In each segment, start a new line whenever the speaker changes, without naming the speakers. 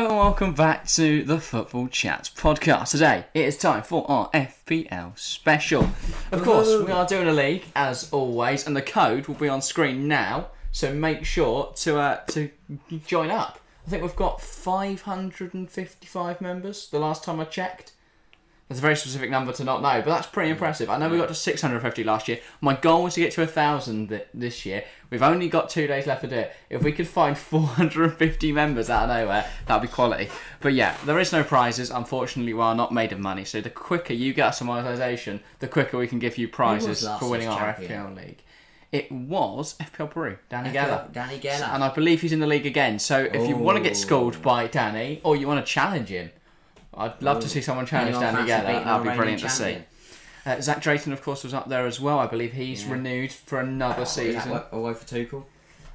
welcome back to the Football Chats podcast. Today it is time for our FPL special. Of course, we are doing a league as always, and the code will be on screen now. So make sure to uh, to join up. I think we've got 555 members. The last time I checked, that's a very specific number to not know, but that's pretty impressive. I know we got to 650 last year. My goal was to get to 1,000 th- this year. We've only got two days left to do it. If we could find 450 members out of nowhere, that'd be quality. But yeah, there is no prizes. Unfortunately, we are not made of money. So the quicker you get us a monetisation, the quicker we can give you prizes
last
for winning
year's
our
champion?
FPL league. It was FPL Peru, Danny Geller.
Danny Geller.
And I believe he's in the league again. So if you want to
Ooh.
get schooled by Danny or you want to challenge him, I'd love to see someone challenge
Oh. Anyone
Danny
fancy
Geller.
beating
That'd be
our
brilliant
reigning champion?
to see. Uh, Zach Drayton, of course, was up there as well. I believe he's renewed for another
Oh, Is that
season.
wa- away for Tuchel?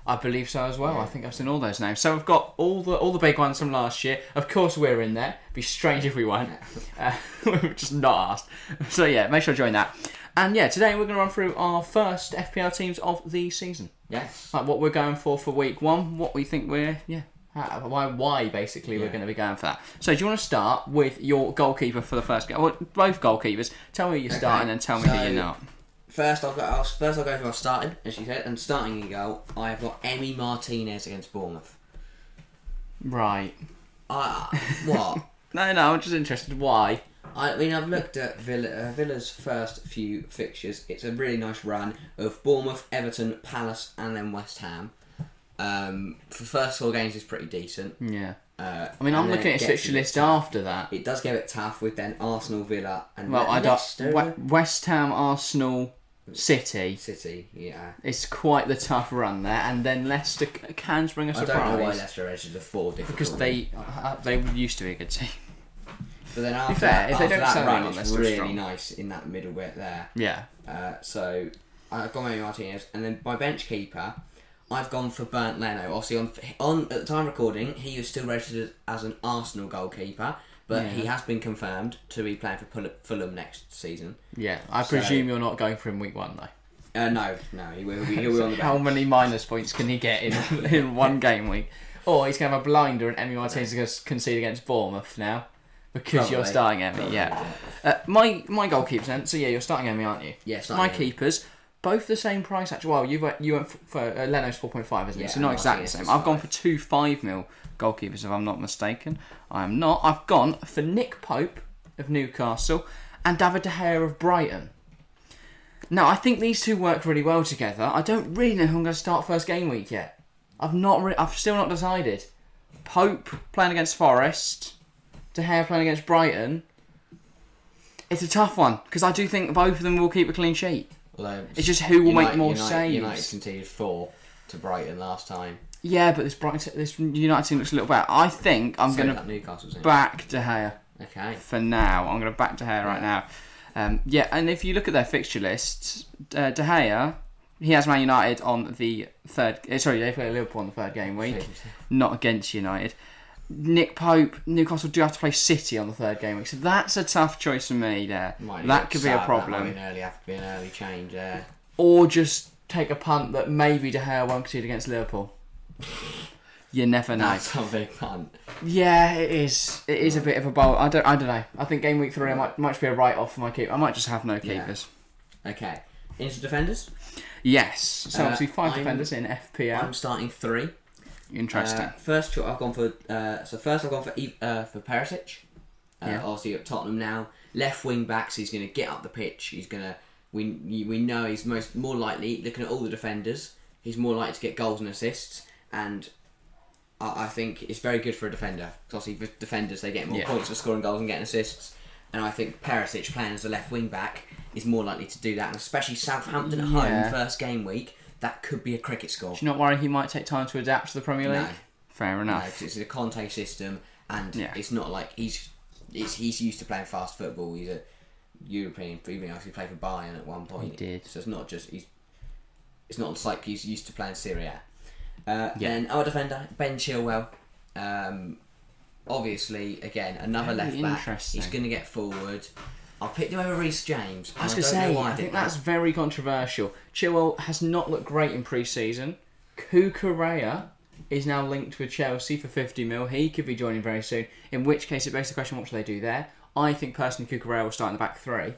I believe so as well. I think I've seen all those names. So we've got all the all the big ones from last year. Of course, we're in there. Be strange if we weren't. Uh, we're just not asked. So yeah, make sure to join that. And yeah, today we're going to run through our first FPL teams of the season
Yes.
like what we're going for for week one, what we think we're yeah, how- why why basically we're going to be going for that. So do you want to start with your goalkeeper for the first game? Well, both goalkeepers. Tell me who you're starting and tell me who
so-
you're not.
First, I've got. I'll, first, I'll go for starting, as you said, and starting in goal. I have got Emmy Martinez against Bournemouth.
Right.
I what?
No, no, I'm just interested. Why?
I mean, I've looked at Villa, uh, Villa's first few fixtures. It's a really nice run of Bournemouth, Everton, Palace, and then West Ham. Um, for first four games, is pretty decent.
Yeah.
Uh,
Mm. I mean, I'm
and then
looking
it
at his
gets
fixture
a bit
list
tough.
after that.
It does get a bit tough with then Arsenal, Villa, and
Well, I got
Leicester,
we- West Ham, Arsenal, City.
City. Yeah,
It's quite the tough run there, and then Leicester c- can bring us a
I don't know why
surprise
Leicester registered the four difficult
because they uh, they used to be a good team.
But then after
fair,
that,
if they
after
don't
that
sell
run,
anyone,
it's
Leicester are
really
strong.
nice in that middle bit there.
Yeah.
Uh, so I've gone with Martinez, and then my bench keeper, I've gone for Bernd Leno. Obviously, on, on at the time of recording, he was still registered as an Arsenal goalkeeper, but he has been confirmed to be playing for Pull- Fulham next season.
Yeah, I presume you're not going for him week one though.
Uh, no, no, he will, he will be on the bench.
How many minus points can he get in in one game week? Or he's gonna have a blinder, and Emmy Martinez is gonna concede against Bournemouth now because you're
Probably.
starting Emmy. Yeah, uh, my my goalkeepers then. So yeah, you're starting Emmy, aren't you?
Yeah, starting
My
Emi.
keepers, both the same price actually. Well, you went you went for, for uh, Leno's four point five, isn't it?
Yeah,
So not
and
exactly the
Martinez
same.
is
I've gone
five.
for two five mil goalkeepers, if I'm not mistaken. I am not. I've gone for Nick Pope of Newcastle and David de Gea of Brighton. Now, I think these two work really well together. I don't really know who I'm going to start first game week yet. I've not. Re- I've still not decided. Pope playing against Forest, De Gea playing against Brighton. It's a tough one because I do think both of them will keep a clean sheet.
Although
It's just who will make
United-
more
United,
saves.
United conceded four to Brighton last time.
Yeah, but this Brighton, this United team looks a little better. I think I'm
So
going to
that Newcastle's in.
back De Gea.
okay.
for now. I'm going to back De Gea right now. Um, yeah, and if you look at their fixture lists, uh, De Gea, he has Man United on the third. eh, Sorry, they play Liverpool on the third game week, not against United. Nick Pope, Newcastle do have to play City on the third game week, so that's a tough choice for me there.
Might need
that
to
could be a
sub, That
problem,
might be an early, have to be an early change there.
or just take a punt that maybe De Gea won't concede against Liverpool. You never know.
That's a big punt.
Yeah, it is. It is a bit of a bowl. I don't. I don't know. I think game week three I might might just be a write off for my keeper. I might just have no keepers.
Okay. Into defenders.
Yes. So
Uh,
obviously 5
I'm-
defenders in FPL.
I'm uh, starting three.
Interesting.
Uh, first, cho- I've gone for uh, so first I've gone for Ev- uh, for Perisic. Uh,
Yeah.
Obviously at Tottenham now, left wing backs. He's going to get up the pitch. He's going to we we know he's most more likely looking at all the defenders. He's more likely to get goals and assists, and I, I think it's very good for a defender. 'Cause obviously for defenders they get more
Yeah.
points for scoring goals and getting assists, and I think Perisic playing as a left wing back is more likely to do that, and especially Southampton at
Yeah.
home first game week. That could be a cricket score.
Do you not worry he might take time to adapt to the Premier League?
No.
Fair
No,
enough.
'cause it's a Conte system, and
Yeah.
it's not like he's he's, he's used to playing fast football. He's a European, even actually played for Bayern at one point.
He did.
So it's not just he's. It's not just like he's used to playing Syria. Uh, Then our defender Ben Chilwell. Um, obviously, again another
Very
left back.
interesting.
He's going to get forward. I picked him over Reece James.
I was
and
going to
don't know
say,
why
I
did
think
that.
that's very controversial. Chilwell has not looked great in pre-season. Kukurea is now linked with Chelsea for 50 mil. He could be joining very soon. In which case, it begs the question: What should they do there? I think personally, Cucurella will start in the back three,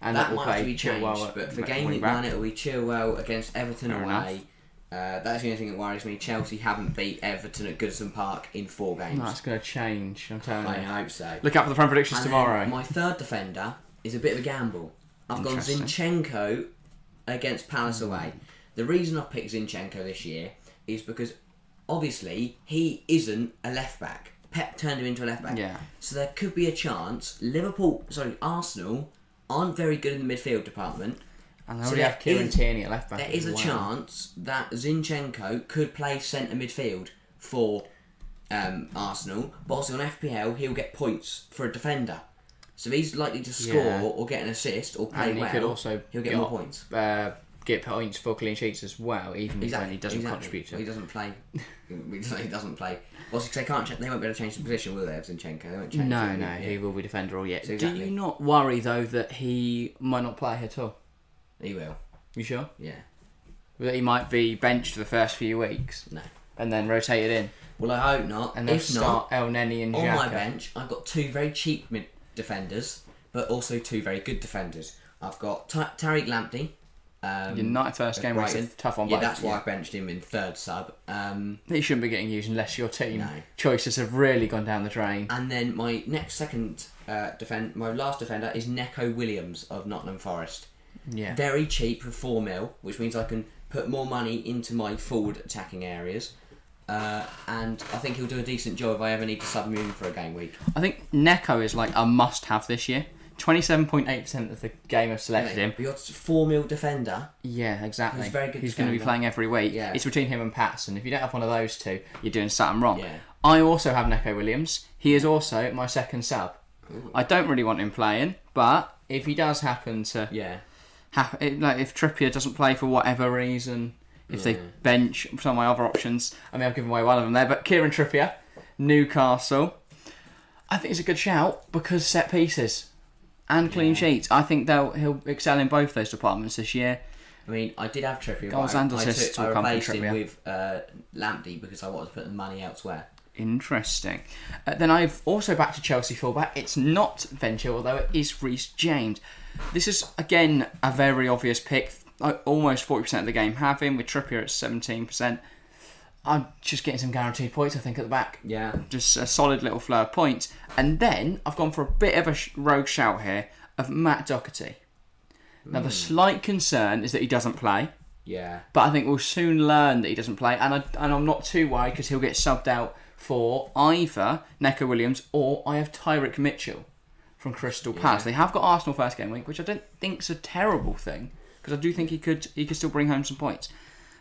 and
that
will
might have
play
to be changed,
Chilwell at
but for
right
game
wing
week
uh, back.
one, it'll be Chilwell against Everton
Fair
away. Uh, that's the only thing that worries me. Chelsea haven't beat Everton at Goodison Park in four games.
Oh, That's going to change. I'm telling
I
you.
hope so.
Look out for the prem predictions
And then
tomorrow.
My third defender is a bit of a gamble. I've gone Zinchenko against Palace away.
Hmm.
The reason I've picked Zinchenko this year is because obviously he isn't a left back. Pep turned him into a left back.
Yeah.
So there could be a chance. Liverpool, sorry, Arsenal aren't very good in the midfield department.
and they
so
already
there
have Kieran
is-
Tierney at left back.
There
as
is a
well.
chance that Zinchenko could play centre midfield for um, Arsenal, but also on FPL he'll get points for a defender. So he's likely to score
Yeah.
or get an assist or play
And he
well.
could also
he'll get more points.
Uh, get points for clean sheets as well, even when he doesn't
exactly.
contribute. To
Well, He doesn't play. he doesn't play. Well, because they can't. ch- They won't be able to change the position, will they? of Zinchenko. They won't change.
No,
it.
no, he will be defender all yet. Do
Exactly.
you not worry though that he might not play at all?
He will.
You sure?
Yeah.
That he might be benched for the first few weeks
No.
and then rotated in,
Well, I hope not.
and then
if not,
start El Nenny and
on my
Xhaka.
bench, I've got two very cheap mid defenders, but also two very good defenders. I've got Ta- Tariq Lamptey. Um,
United first game was a
Brighton.
tough one,
Yeah,
but
that's why I benched him in third sub. Um,
he shouldn't be getting used unless your team
No.
choices have really gone down the drain.
and then my next second uh, defend, my last defender is Neko Williams of Nottingham Forest.
Yeah,
Very cheap for four mil, which means I can put more money into my forward attacking areas. Uh, and I think he'll do a decent job if I ever need to sub him in for a game week.
I think Neko is like a must-have this year. Twenty-seven point eight percent of the game have selected him.
But your four mil defender,
Yeah, exactly.
He's a very good
He's going to be
defender.
playing every week.
Yeah.
It's between him and Patson. If you don't have one of those two, you're doing something wrong.
Yeah.
I also have Neko Williams. He is also my second sub. I don't really want him playing, but if he does happen to,
yeah.
hap- it- like if Trippier doesn't play for whatever reason, if they bench some of my other options, I mean I've given away one of them there, but Kieran Trippier, Newcastle. I think it's a good shout because set pieces and clean sheets. I think they'll he'll excel in both those departments this year.
I mean, I did have Trippier.
Goals
but I-
and
I,
assists
took, I
will come from
replaced him
Trippier.
with uh, Lamptey because I wanted to put the money elsewhere.
Interesting. Uh, then I've also back to Chelsea fullback. It's not Venture, although it is Reece James. This is again a very obvious pick. Like, Almost forty percent of the game have him with Trippier at seventeen percent. I'm just getting some guaranteed points. I think at the back,
Yeah.
just a solid little flow of points. And then I've gone for a bit of a sh- rogue shout here of Matt Doherty. Now the slight concern is that he doesn't play
Yeah.
but I think we'll soon learn that he doesn't play, and I, and I'm not too worried because he'll get subbed out for either Neco Williams or I have Tyrick Mitchell from Crystal Palace. They have got Arsenal first game week, which I don't think's a terrible thing because I do think he could he could still bring home some points.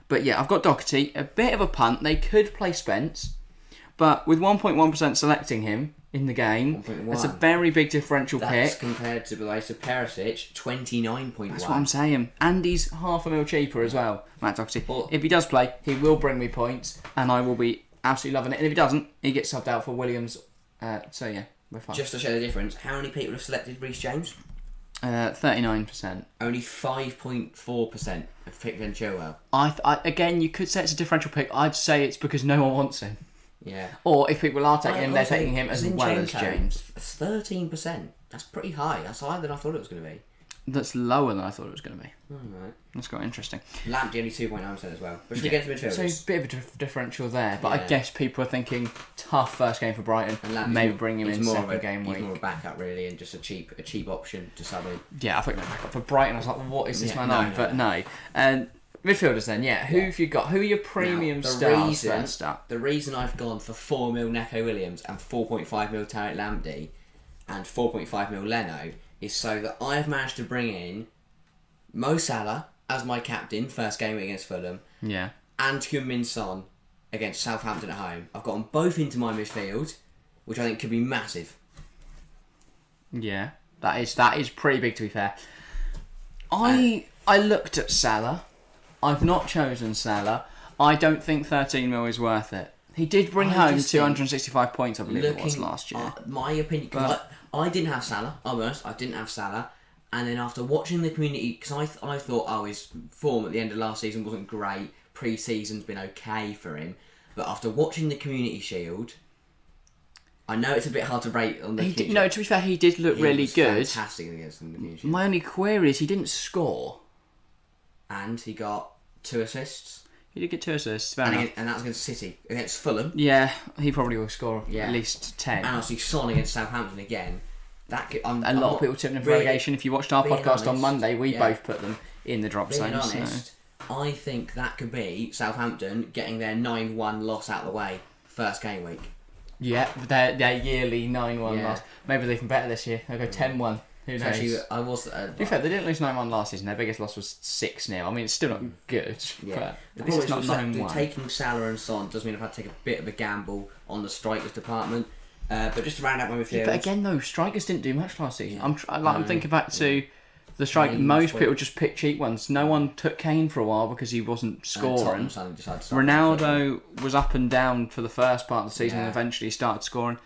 But yeah, I've got Doherty, a bit of a punt. They could play Spence, but with 1.1% selecting him in the game, that's a
1.1.
very big differential
That's
pick.
compared to the likes of Perisic, twenty nine point
That's what I'm
one.
saying. And he's half a mil cheaper as well, Matt Doherty.
Well-
if he does play, he will bring me points, and I will be absolutely loving it. And if he doesn't, he gets subbed out for Williams. Uh, so yeah, we're fine.
Just to show the difference, how many people have selected Reece James?
Uh, Thirty-nine percent.
Only five point four percent have picked Ben Chilwell.
I, th- I again, you could say it's a differential pick. I'd say it's because no one wants him,
Yeah.
or if people are taking him, they're taking him as well as James.
Thirteen percent. That's pretty high. That's higher than I thought it was going to be.
That's lower than I thought it was going to be.
Alright.
That's quite interesting.
Lamptey only two point nine percent as well. But should we get to
So a
midfielders?
bit of a dif- differential there, but I
Yeah.
guess people are thinking tough first game for Brighton.
And Lamptey's
Maybe
more-
bring him
he's
in
more of
second
a-
game
he's
week.
more of a backup really, and just a cheap a cheap option to sub in.
Yeah, I think they're back up for Brighton. I was like, what is this
Yeah,
man
no,
on?
no,
but no. Um, midfielders then, yeah. Who have you got? Who are your premium
the
stars
reason-
then, Star?
The reason I've gone for 4 mil Neko Williams and 4.5 mil Tarek Lamptey and 4.5 mil Leno is so that I have managed to bring in Mo Salah as my captain first game against Fulham
Yeah.
and Heung-Min Son against Southampton at home. I've got them both into my midfield, which I think could be massive.
Yeah. That is that is pretty big to be fair.
Uh,
I I looked at Salah. I've not chosen Salah. I don't think thirteen mil is worth it. He did bring
I
home
just
two hundred and sixty five points, I believe it was
Looking-
last year.
uh, my opinion, 'cause I, I didn't have Salah. I'll be honest, I didn't have Salah. And then after watching the community, because I, th- I thought, oh, his form at the end of last season wasn't great. Pre season's been okay for him. But after watching the Community Shield, I know it's a bit hard to rate on the.
He
Community
did, no,
Shield.
to be fair, he did look
He
really
was
good.
Fantastic against the Community Shield,
My only query is he didn't score.
and he got two assists,
He did get two assists. Fair
and,
enough.
against, and that was against City against Fulham.
Yeah, he probably will score
Yeah.
at least ten.
and obviously Son against Southampton again. That could, I'm,
a lot of people tipped him for relegation. If you watched our
being
podcast on
honest,
Monday, we
yeah.
both put them in the drop
Being
zone. so-
honest, I think that could be Southampton getting their nine-one loss out of the way first game week.
Yeah, but their, their yearly 9 1
Yeah.
loss. Maybe they can better this year. They'll go 10 1. Who knows?
Actually,
To
I was. Uh,
be fair, they didn't lose 9 1 last season. Their biggest loss was 6 0. I mean, it's still not good,
Mm. yeah. The
but
problem
it's
is
not
also
9
that
1.
taking Salah and Son does mean I've had to take a bit of a gamble on the strikers department. Uh, but just to round out my midfield,
But again, though, strikers didn't do much last season. I'm, tr- like, I'm thinking back to the strike.
Kane was
Most
weak.
people just pick cheap ones. No one took Kane for a while because he wasn't
and uh, Tottenham
scoring.
suddenly decided to start
Ronaldo was up and down for the first part of the season and
Yeah.
eventually started scoring.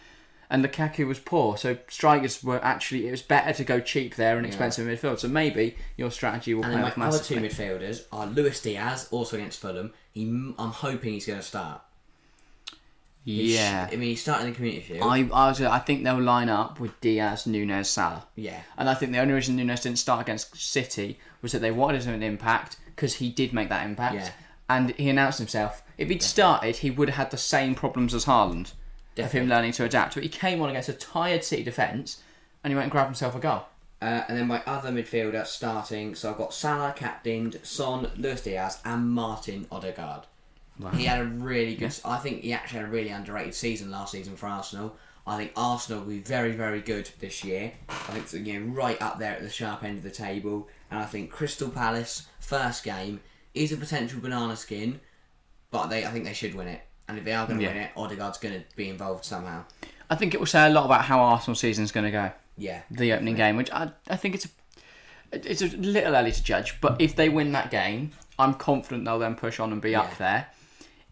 And Lukaku was poor, so strikers were actually it was better to go cheap there and expensive midfield. So maybe your strategy will
And
pay
then my
off
other two
massively.
midfielders are Luis Diaz, also against Fulham. He, I'm hoping he's going to start. He's-
yeah,
I mean, he's starting the community shield.
I I, was, I think they'll line up with Diaz, Nunes, Salah.
yeah.
And I think the only reason Nunes didn't start against City was that they wanted him an impact because he did make that impact.
Yeah.
And he announced himself. If he'd started, he would have had the same problems as Haaland of him
Definitely.
learning to adapt. But he came on against a tired City defence and he went and grabbed himself a goal.
Uh, and then my other midfielder starting, so I've got Salah captained, Son, Luis Diaz, and Martin Odegaard. He had a really good. I think he actually had a really underrated season last season for Arsenal. I think Arsenal will be very, very good this year. I think they're, you know, right up there at the sharp end of the table. And I think Crystal Palace first game is a potential banana skin, but they I think they should win it. And if they are going to
Yeah.
win it, Odegaard's going to be involved somehow.
I think it will say a lot about how Arsenal season's going to go.
Yeah,
The opening game, which I, I think it's a, it's a little early to judge, but if they win that game, I'm confident they'll then push on and be
Yeah.
up there.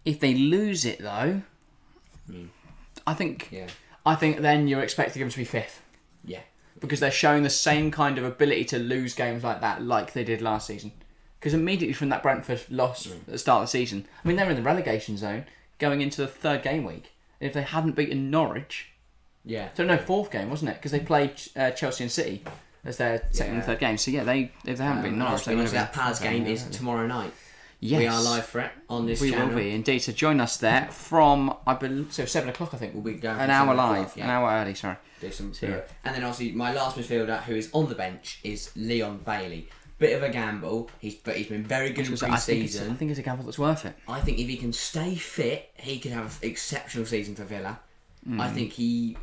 If they lose it though, Hmm. I think
yeah,
I think then you're expecting them to be fifth
yeah.
because they're showing the same kind of ability to lose games like that, like they did last season. Because immediately from that Brentford loss
Mm.
at the start of the season, I mean, they're in the relegation zone going into the third game week. And if they hadn't beaten Norwich,
Yeah.
so no, fourth game, wasn't it? Because they played uh, Chelsea and City as their second and
Yeah.
third game. So yeah, they if they haven't beaten
Um,
Norwich, they would have
that
been.
Palace game is tomorrow night.
Yes,
We are live for it on this
We will
channel.
be indeed. So join us there from I believe so seven o'clock. I think
We'll be going
an
from
hour
7 o'clock,
live,
yeah.
an hour early. Sorry.
Do some
yeah.
And then obviously my last midfielder who is on the bench is Leon Bailey. Bit of a gamble. He's but he's been very good in
So I think it's, I
pre-season.
think it's a gamble that's worth it.
I think if he can stay fit, he could have an exceptional season for Villa. I think he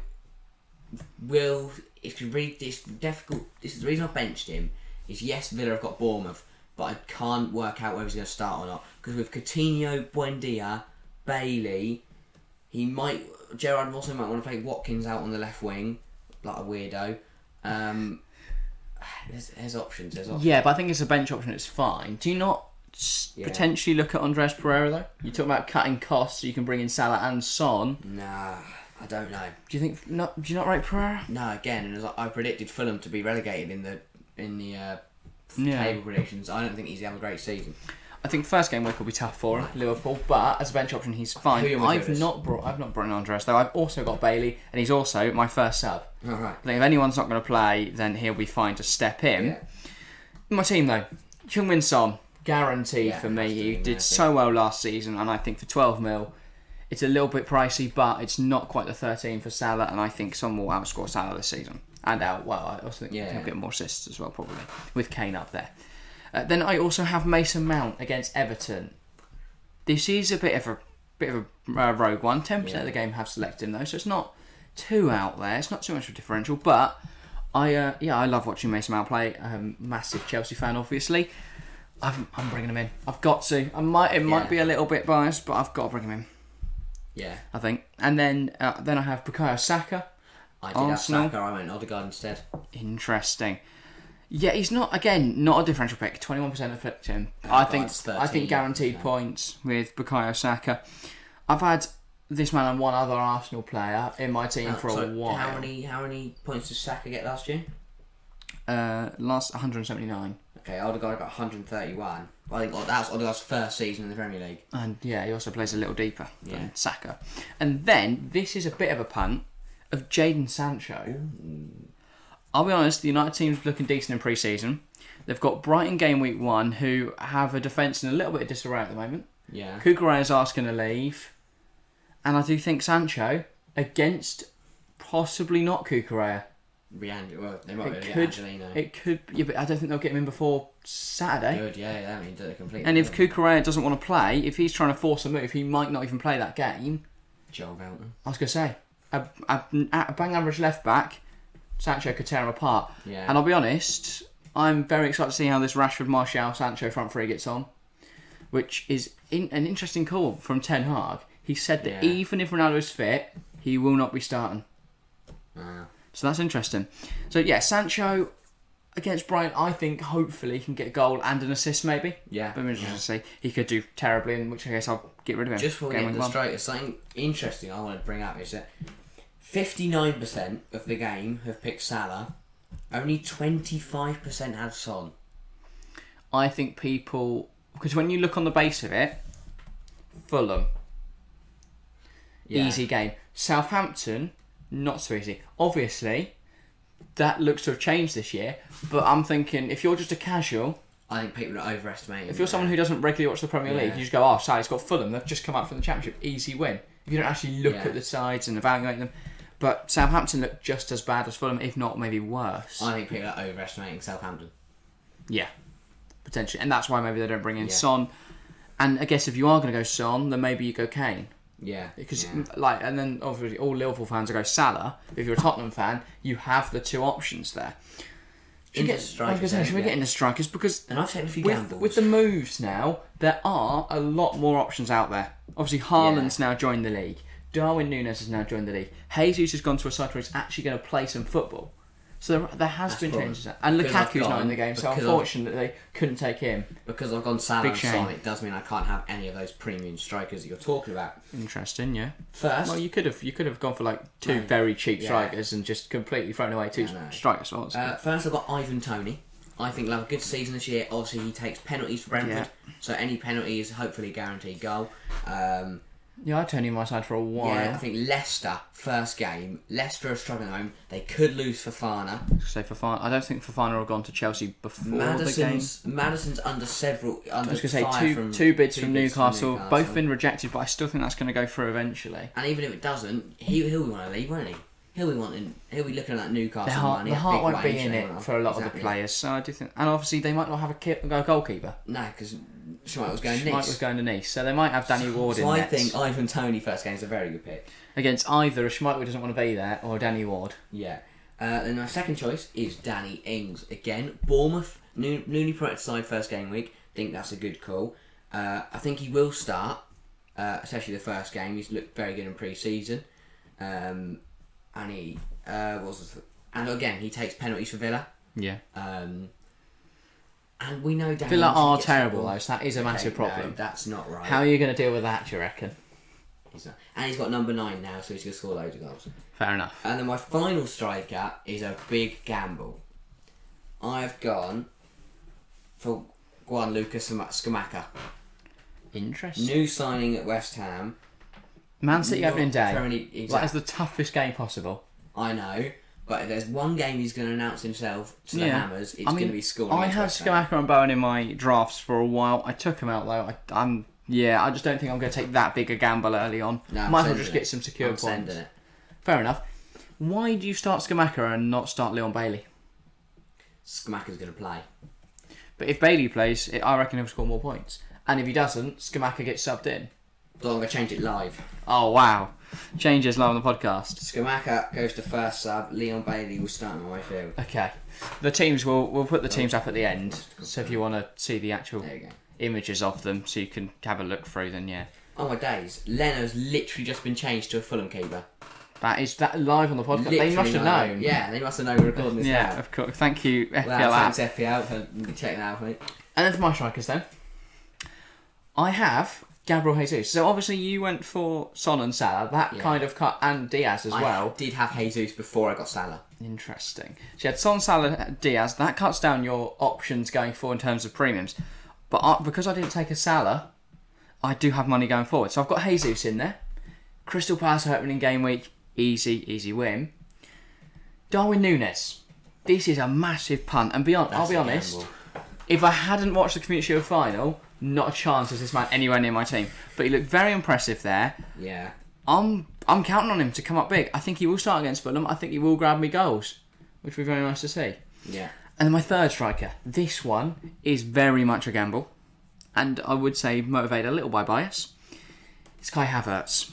will. It's really it's difficult. This is the reason I benched him. Is yes, Villa have got Bournemouth, but I can't work out whether he's going to start or not because with Coutinho, Buendia, Bailey, he might. Gerard also might want to play Watkins out on the left wing, like a weirdo. Um, there's, there's options. There's options.
Yeah, but I think it's a bench option. It's fine. Do you not s
Yeah.
potentially look at Andres Pereira though? You talk about cutting costs, so you can bring in Salah and Son.
Nah, I don't know.
Do you think not? Do you not rate Pereira?
No, again, and as I, I predicted Fulham to be relegated in the in the uh,
Yeah.
table predictions. I don't think he's having a great season.
I think first game week will be tough for him, Liverpool. But as a bench option, he's
Who you
fine.
want to
I've
do this?
not brought I've not brought in Andres though. I've also got Bailey, and he's also my first sub.
All right.
I think if anyone's not going to play, then he'll be fine to step in.
Yeah.
My team though, Chung Min Son, guaranteed
Yeah,
for me.
has to be,
He
yeah, I
did
think.
so well last season, and I think for 12 mil, it's a little bit pricey, but it's not quite the 13 for Salah, and I think Son will outscore Salah this season. And out, well, I also think
Yeah.
he'll get more assists as well, probably, with Kane up there. Uh, then I also have Mason Mount against Everton. This is a bit of a bit of a uh, rogue one. Ten percent of the game have selected him though, so it's not too out there. It's not too much of a differential, but I uh, yeah I love watching Mason Mount play. Um, massive Chelsea fan, obviously. I'm, I'm bringing him in. I've got to. I might it might
Yeah.
be a little bit biased, but I've got to bring him in.
Yeah.
I think. And then uh, then I have Bukayo Saka.
I did
Arsenal.
have Saka. I went Odegaard instead.
Interesting. Yeah, he's not again not a differential pick. Twenty one percent affliction. I think
that's
I think
13,
guaranteed
yeah.
points with Bukayo Saka. I've had this man and one other Arsenal player in my team for a
So,
while.
How many how many points did Saka get last year?
uh, last 179.
Okay, Odegaard got 131. Well, I think that was Odegaard's first season in the Premier League.
And yeah, he also plays a little deeper
Yeah.
than Saka. And then this is a bit of a punt of Jaden Sancho. I'll be honest, the United team's looking decent in pre season. They've got Brighton game week one, who have a defence in a little bit of disarray at the moment.
Yeah.
Kukurea is asking to leave. And I do think Sancho, against possibly not Kukurea,
Reand- well, they might
it
be able to get
could,
Angelino.
it could, yeah, but I don't think they'll get him in before Saturday.
Good, yeah, yeah, I mean, did it completely.
And if Kukurea doesn't want to play, if he's trying to force a move, he might not even play that game.
Joel Belton.
I was going to say, a, a, a bang average left back, Sancho could tear him apart.
Yeah.
And I'll be honest, I'm very excited to see how this Rashford, Martial, Sancho front three gets on, which is in, an interesting call from Ten Hag. He said that
Yeah.
even if Ronaldo is fit, he will not be starting.
Wow.
So that's interesting. So yeah, Sancho against Brighton, I think hopefully he can get a goal and an assist maybe.
Yeah.
But we're just gonna see. He could do terribly, in which case I'll get rid of him.
Just before we
Game
get
week
to the
one.
strikers, something interesting I want to bring up is that 59% of the game have picked Salah, only 25% had Son.
I think people because when you look on the base of it, Fulham
Yeah.
easy game. Southampton not so easy. Obviously, that looks to have changed this year. But I'm thinking if you're just a casual,
I think people are overestimating.
if you're someone who doesn't regularly watch the Premier League,
Yeah.
you just go, "Oh, Sally's got Fulham. They've just come out from the Championship. Easy win." If you don't actually look
Yeah.
at the sides and evaluate them, but Southampton look just as bad as Fulham, if not maybe worse.
I think people are overestimating Southampton.
Yeah, potentially, and that's why maybe they don't bring in
Yeah.
Son. And I guess if you are going to go Son, then maybe you go Kane
Yeah.
because
yeah.
m- like, and then obviously all Liverpool fans will go Salah. If you're a Tottenham fan, you have the two options there. Should we
Into
get,
strikers,
I was gonna say,
eh?
should we
Yeah.
get into strikers because
And I've taken a few
with,
gambles.
with the moves now, there are a lot more options out there. Obviously, Haaland's now joined the league. Darwin Nunes has now joined the league. Jesus has gone to a side where he's actually going to play some football. So there, there has been
the problem.
changes. And
Because I've
Lukaku's not in
gone-
the game, so
because I've-
unfortunately couldn't take him.
because I've gone Salah and
shame.
Son, it does mean I can't have any of those premium strikers that you're talking about.
Interesting, yeah.
First,
Well, you could have you could have gone for like two
No.
very cheap
Yeah.
strikers and just completely thrown away two
I know.
striker spots.
Uh, first, I've got Ivan Tony. I think he'll have a good season this year. Obviously, he takes penalties for Brentford, so any penalty is hopefully a guaranteed goal. Um,
yeah, I turned him my side for a while.
yeah, I think Leicester first game. Leicester are struggling at home. They could lose Fafana.
So Fafana, I don't think Fafana have gone to Chelsea before the game.
Madison's Madison's under several. Under
I was going to say
fire
two,
from,
two bids from
bids
Newcastle, both been rejected, but I still think that's going to go through eventually.
And even if it doesn't, he he'll be wanting to leave, won't he? He'll be wanting. He'll be looking at that Newcastle
The heart,
money.
the
that
heart
big
won't be
wage
in
they
it
want.
for a lot of the
Exactly.
players, so I do think, and obviously they might not have a, keep, a goalkeeper.
No, because Schmeichel was going
Schmeichel was
next.
going to Nice, so they might have Danny Ward
So
in
I
nets.
think Ivan Tony first game is a very good pick.
against either a Schmeichel who doesn't want to be there or Danny Ward.
Yeah. Uh, and my second choice is Danny Ings. Again, Bournemouth, new, newly promoted side first game week. think that's a good call. Uh, I think he will start, uh, especially the first game. He's looked very good in pre season. Um, and he uh, was. And again, he takes penalties for Villa.
Yeah,
Um, and we know Danny
Villa
Ings
are
gets the
terrible
ball.
though, so that is a
Okay,
massive
no,
problem.
that's not right.
How are you going to deal with that? Do you reckon?
He's not- And he's got number nine now, so he's going to score loads of goals.
Fair enough.
And then my final striker is a big gamble. I've gone for Juan Lucas Skamaka.
Interesting.
New signing at West Ham.
Man City
Not
opening day.
very-
That
exact-
is the toughest game possible.
I know, but if there's one game he's going to announce himself to the Hammers, it's going to be scoring.
I
against
had
West Ham.
Skamaka and Bowen in my drafts for a while. I took him out though. I, I'm yeah. I just don't think I'm going to take that big a gamble early on.
No, I'm
Might as well
sending
just
it.
get some secure
I'm
points.
sending it.
Fair enough. Why do you start Skamaka and not start Leon Bailey?
Skamaka's going to play.
But if Bailey plays, it, I reckon he'll score more points. And if he doesn't, Skamaka gets subbed in.
So I'm going to change it live.
Oh wow! Changes live on the podcast.
Skamaka goes to first sub. Leon Bailey will start in my field.
Okay. The teams will we'll put the teams up at the end. So if you want to see the actual
There you go.
images of them, so you can have a look through, then yeah,
Oh my days! Leno's literally just been changed to a Fulham keeper.
that is that live on the podcast.
Literally
they must have
no-
known.
Yeah, they must have known we're recording this.
Yeah,
now.
of course. Thank you, FPL
Well,
app.
thanks FPL for checking that out for me.
And then for my strikers, then I have Gabriel Jesus. So obviously you went for Son and Salah, that kind of cut, and Diaz as
I
well.
did have Jesus before I got Salah.
Interesting. So you had Son, Salah, Diaz. That cuts down your options going forward in terms of premiums. But I, because I didn't take a Salah, I do have money going forward. So I've got Jesus in there. Crystal Palace are opening game week. Easy, easy win. Darwin Nunes. This is a massive punt. And beyond, I'll
That's
be
a
honest,
gamble.
if I hadn't watched the Community Shield final, not a chance is this man anywhere near my team. But he looked very impressive there.
Yeah.
I'm I'm counting on him to come up big. I think he will start against Fulham. I think he will grab me goals, which would be very nice to see.
Yeah.
And then my third striker, this one is very much a gamble, and I would say motivated a little by bias. It's Kai Havertz.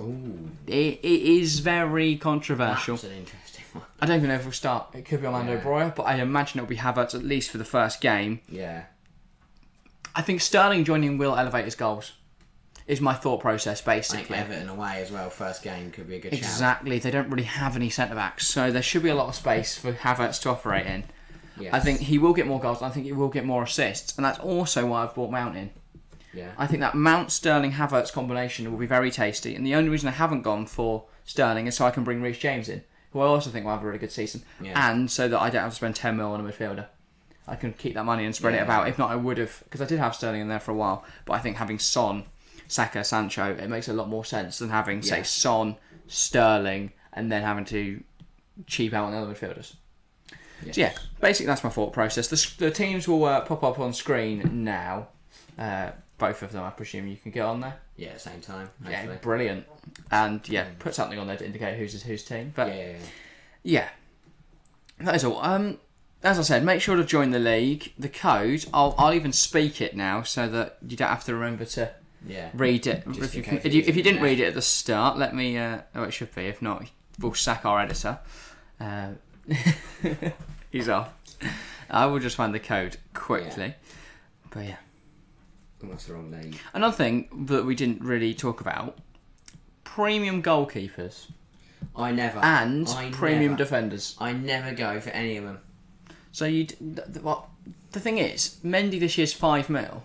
Ooh.
It, it is very controversial.
That's an interesting one.
I don't even know if we'll start. It could be Orlando
Ah. Yeah.
Breuer, but I imagine it'll be Havertz at least for the first game.
Yeah.
I think Sterling joining will elevate his goals. Is my thought process
I think
basically.
Everton away as well, first game could be a good shout.
Exactly. They don't really have any centre backs, so there should be a lot of space for Havertz to operate in.
Yes.
I think he will get more goals. and I think he will get more assists, and that's also why I've bought Mount in.
Yeah.
I think that Mount Sterling Havertz combination will be very tasty, and the only reason I haven't gone for Sterling is so I can bring Reece James in, who I also think will have a really good season,
Yeah.
and so that I don't have to spend ten mil on a midfielder. I can keep that money and spread it
Yeah.
about. If not, I would have because I did have Sterling in there for a while, but I think having Son, Saka, Sancho, it makes a lot more sense than having say
Yeah.
Son, Sterling, and then having to cheap out on the other midfielders. So yeah, basically that's my thought process. The, s- the teams will uh, pop up on screen now. Uh, both of them, I presume you can get on there.
Yeah, at the same time.
Yeah,
Hopefully.
brilliant. And yeah, put something on there to indicate who's is whose team. But
Yeah. yeah, yeah.
yeah, that is all. Um, as I said, make sure to join the league. The code, I'll, I'll even speak it now so that you don't have to remember to
Yeah.
read it.
Just
If
in
you, can-
case
if
it
you,
is
if you
in
didn't
there.
read it at the start, let me. Uh, oh, it should be. If not, we'll sack our editor. Uh, he's off. I will just find the code quickly. But yeah.
What's the wrong name?
Another thing that we didn't really talk about premium goalkeepers
I never.
and
I
premium
never-
defenders.
I never go for any of them.
So you, th- th- well, the thing is, Mendy this year's five mil,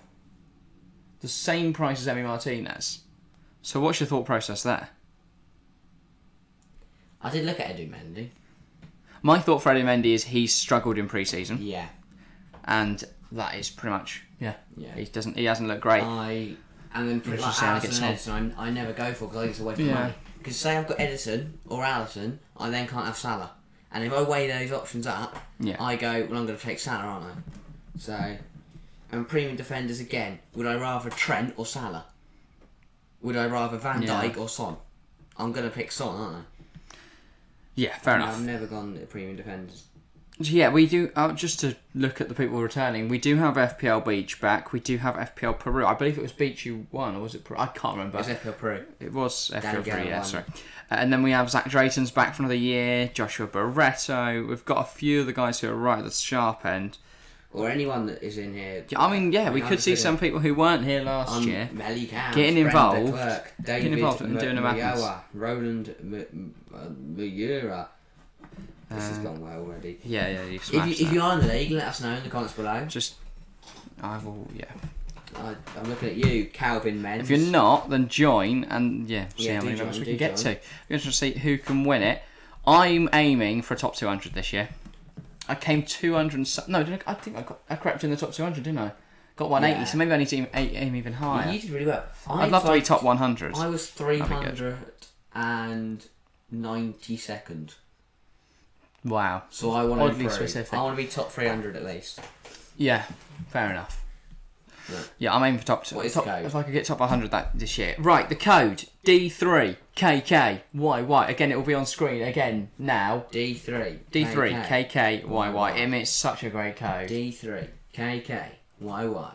the same price as Emi Martinez. So what's your thought process there?
I did look at Edu Mendy.
My thought for Eddie Mendy is he's struggled in pre-season,
Yeah.
and that is pretty much yeah.
Yeah. Um,
He doesn't. He hasn't looked great.
I and then pretty much
just say I
Allison
get
and Edison, I, I never go for because I think it's a waste of
Yeah.
money. Because say I've got Edison or Allison, I then can't have Salah. And if I weigh those options up,
Yeah.
I go, well, I'm going to take Salah, aren't I? So, and premium defenders again. Would I rather Trent or Salah? Would I rather Van
Yeah.
Dyke or Son? I'm going to pick Son, aren't
yeah, fair
I?
enough.
I've never gone to premium defenders.
yeah, we do. Uh, just to look at the people returning, we do have FPL Beach back. We do have FPL Peru. I believe it was Beach you won, or was it? Peru? I can't remember.
Except for Peru.
It was FPL
Gallagher
Peru. Yeah,
won.
sorry. Uh, and then we have Zach Drayton's back for another year. Joshua Barreto. We've got a few of the guys who are right at the sharp end.
Or anyone that is in here.
I mean, yeah, we
I
could see
consider-
some people who weren't here last
on
year.
Melly Cows,
Getting
Brenda
involved-
Clerk, David
getting involved and doing a madness.
Muyowa, Roland M- M- Muyura. This has gone well already.
Uh, Yeah, yeah, you
If
smashed
you, if
that.
you are in the league, let us know in the comments below.
Just, I will. Yeah.
I, I'm looking at you, Calvin Men.
If you're not, then join and yeah, see
Yeah,
how
do
many
join,
levels we
do
can get
join.
to. We're going to see who can win it. I'm aiming for a top 200 this year. I came 200. And, so- no, did I, I think I, got, I crept in the top 200, didn't I? Got 180,
Yeah.
so maybe I need to aim, aim aim even higher.
you did really well. I
I'd love to be top 100.
I was 392nd.
Wow.
So I want to
Oddly
improve.
specific.
I want to be top 300 at least.
Yeah, fair enough.
Yeah.
Yeah, I'm aiming for top. What
What
is
is
top
the code?
If I could get top 100 that this year, right? The code D3KKYY. Again, it will be on screen again now.
D3.
D3 KKYY.
YY.
Em, it's such a great code.
D3 KKYY.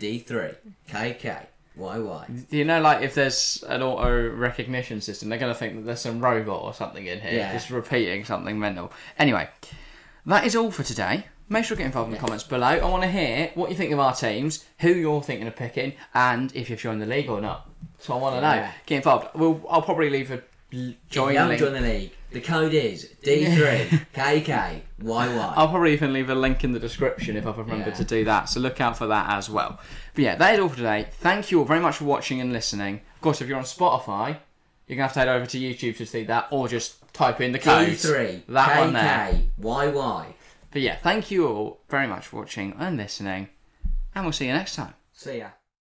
D3 KKYY.
Do you know, like, if there's an auto recognition system, they're going to think that there's some robot or something in here
Yeah.
just repeating something mental. Anyway, that is all for today. Make sure to get involved in the comments below. I want to hear what you think of our teams, who you're thinking of picking, and if you've joined the league or not. So I want to know.
Yeah.
Get involved. We'll, I'll probably leave a l- join
Young
link.
join the league. The code is D3KKYY.
I'll probably even leave a link in the description if I've remembered
Yeah.
to do that. So look out for that as well. But yeah, that is all for today. Thank you all very much for watching and listening. Of course, if you're on Spotify, you're gonna have to head over to YouTube to see that, or just type in the code. That one there.
D3KKYY.
But yeah, thank you all very much for watching and listening, and we'll see you next time.
See ya.